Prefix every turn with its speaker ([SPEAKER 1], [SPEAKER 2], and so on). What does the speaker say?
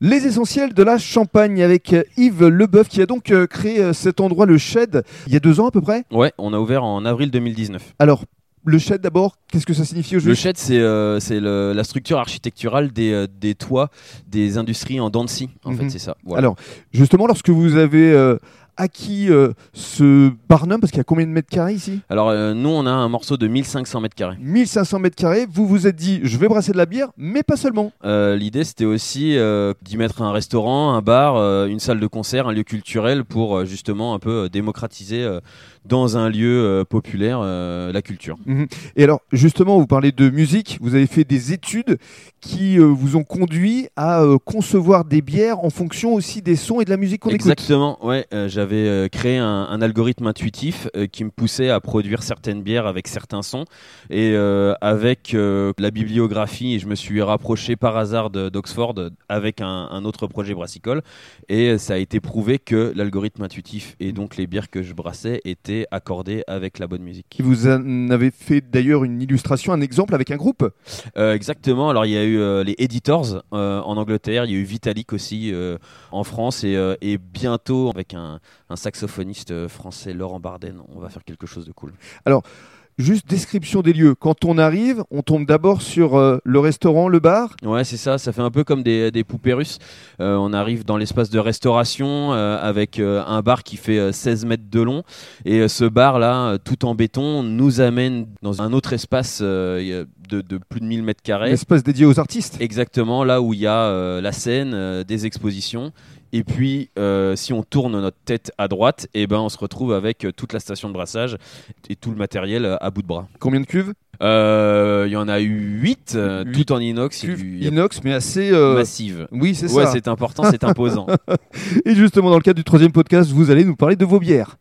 [SPEAKER 1] Les essentiels de la Champagne avec euh, Yves Leboeuf qui a donc euh, créé euh, cet endroit, le Shed, il y a deux ans à peu près.
[SPEAKER 2] Ouais, on a ouvert en avril 2019.
[SPEAKER 1] Alors, le Shed d'abord, qu'est-ce que ça signifie au
[SPEAKER 2] Le
[SPEAKER 1] juste
[SPEAKER 2] shed, c'est euh, c'est le- la structure architecturale des, euh, des toits des industries en dents de scie, en
[SPEAKER 1] Mhm.
[SPEAKER 2] fait, c'est ça. Voilà.
[SPEAKER 1] Alors, justement, lorsque vous avez euh, acquis euh, ce barnum, parce qu'il y a combien de mètres carrés ici
[SPEAKER 2] Alors, euh, nous, on a un morceau de 1500 mètres carrés.
[SPEAKER 1] 1500 mètres carrés, vous vous êtes dit, je vais brasser de la bière, mais pas seulement.
[SPEAKER 2] Euh, L'idée, c'était aussi euh, d'y mettre un restaurant, un bar, euh, une salle de concert, un lieu culturel pour euh, justement un peu euh, démocratiser euh, dans un lieu euh, populaire euh, la culture.
[SPEAKER 1] Et alors, justement, vous parlez de musique, vous avez fait des études qui euh, vous ont conduit à euh, concevoir des bières en fonction aussi des sons et de la musique qu'on écoute.
[SPEAKER 2] Exactement, ouais. euh, J'avais euh, créé un, un algorithme intuitif euh, qui me poussait à produire certaines bières avec certains sons et euh, avec euh, la bibliographie. Je me suis rapproché par hasard de- d'Oxford avec un, un autre projet brassicole et euh, ça a été prouvé que l'algorithme intuitif et donc les bières que je brassais étaient accordées avec la bonne musique.
[SPEAKER 1] Qui vous en avez fait d'ailleurs une illustration, un exemple avec un groupe.
[SPEAKER 2] Euh, exactement. Alors il y a eu euh, les Editors euh, en Angleterre, il y a eu Vitalik aussi euh, en France et, euh, et bientôt avec un, un saxophoniste euh, français Laurent Barden, on va faire quelque chose de cool.
[SPEAKER 1] Juste description des lieux. Quand on arrive, on tombe d'abord sur euh, le restaurant, le bar.
[SPEAKER 2] Ouais, c'est ça. Ça fait un peu comme des, des poupées russes. Euh, on arrive dans l'espace de restauration euh, avec euh, un bar qui fait euh, 16 mètres de long. Et euh, ce bar-là, euh, tout en béton, nous amène dans un autre espace euh, de, de plus de 1000 mètres carrés.
[SPEAKER 1] L'espace dédié aux artistes.
[SPEAKER 2] Exactement, là où il y a euh, la scène, euh, des expositions. Et puis, euh, si on tourne notre tête à droite, et ben, on se retrouve avec euh, toute la station de brassage et tout le matériel euh, à bout de bras.
[SPEAKER 1] Combien de cuves
[SPEAKER 2] Euh, Il y en a eu 8,
[SPEAKER 1] Huit
[SPEAKER 2] tout en inox. et
[SPEAKER 1] Cuves
[SPEAKER 2] du- il y a
[SPEAKER 1] inox, mais assez. euh,
[SPEAKER 2] Massive.
[SPEAKER 1] Oui, c'est
[SPEAKER 2] Ouais,
[SPEAKER 1] ça.
[SPEAKER 2] c'est important, c'est imposant.
[SPEAKER 1] Et justement, dans le cadre du troisième podcast, vous allez nous parler de vos bières.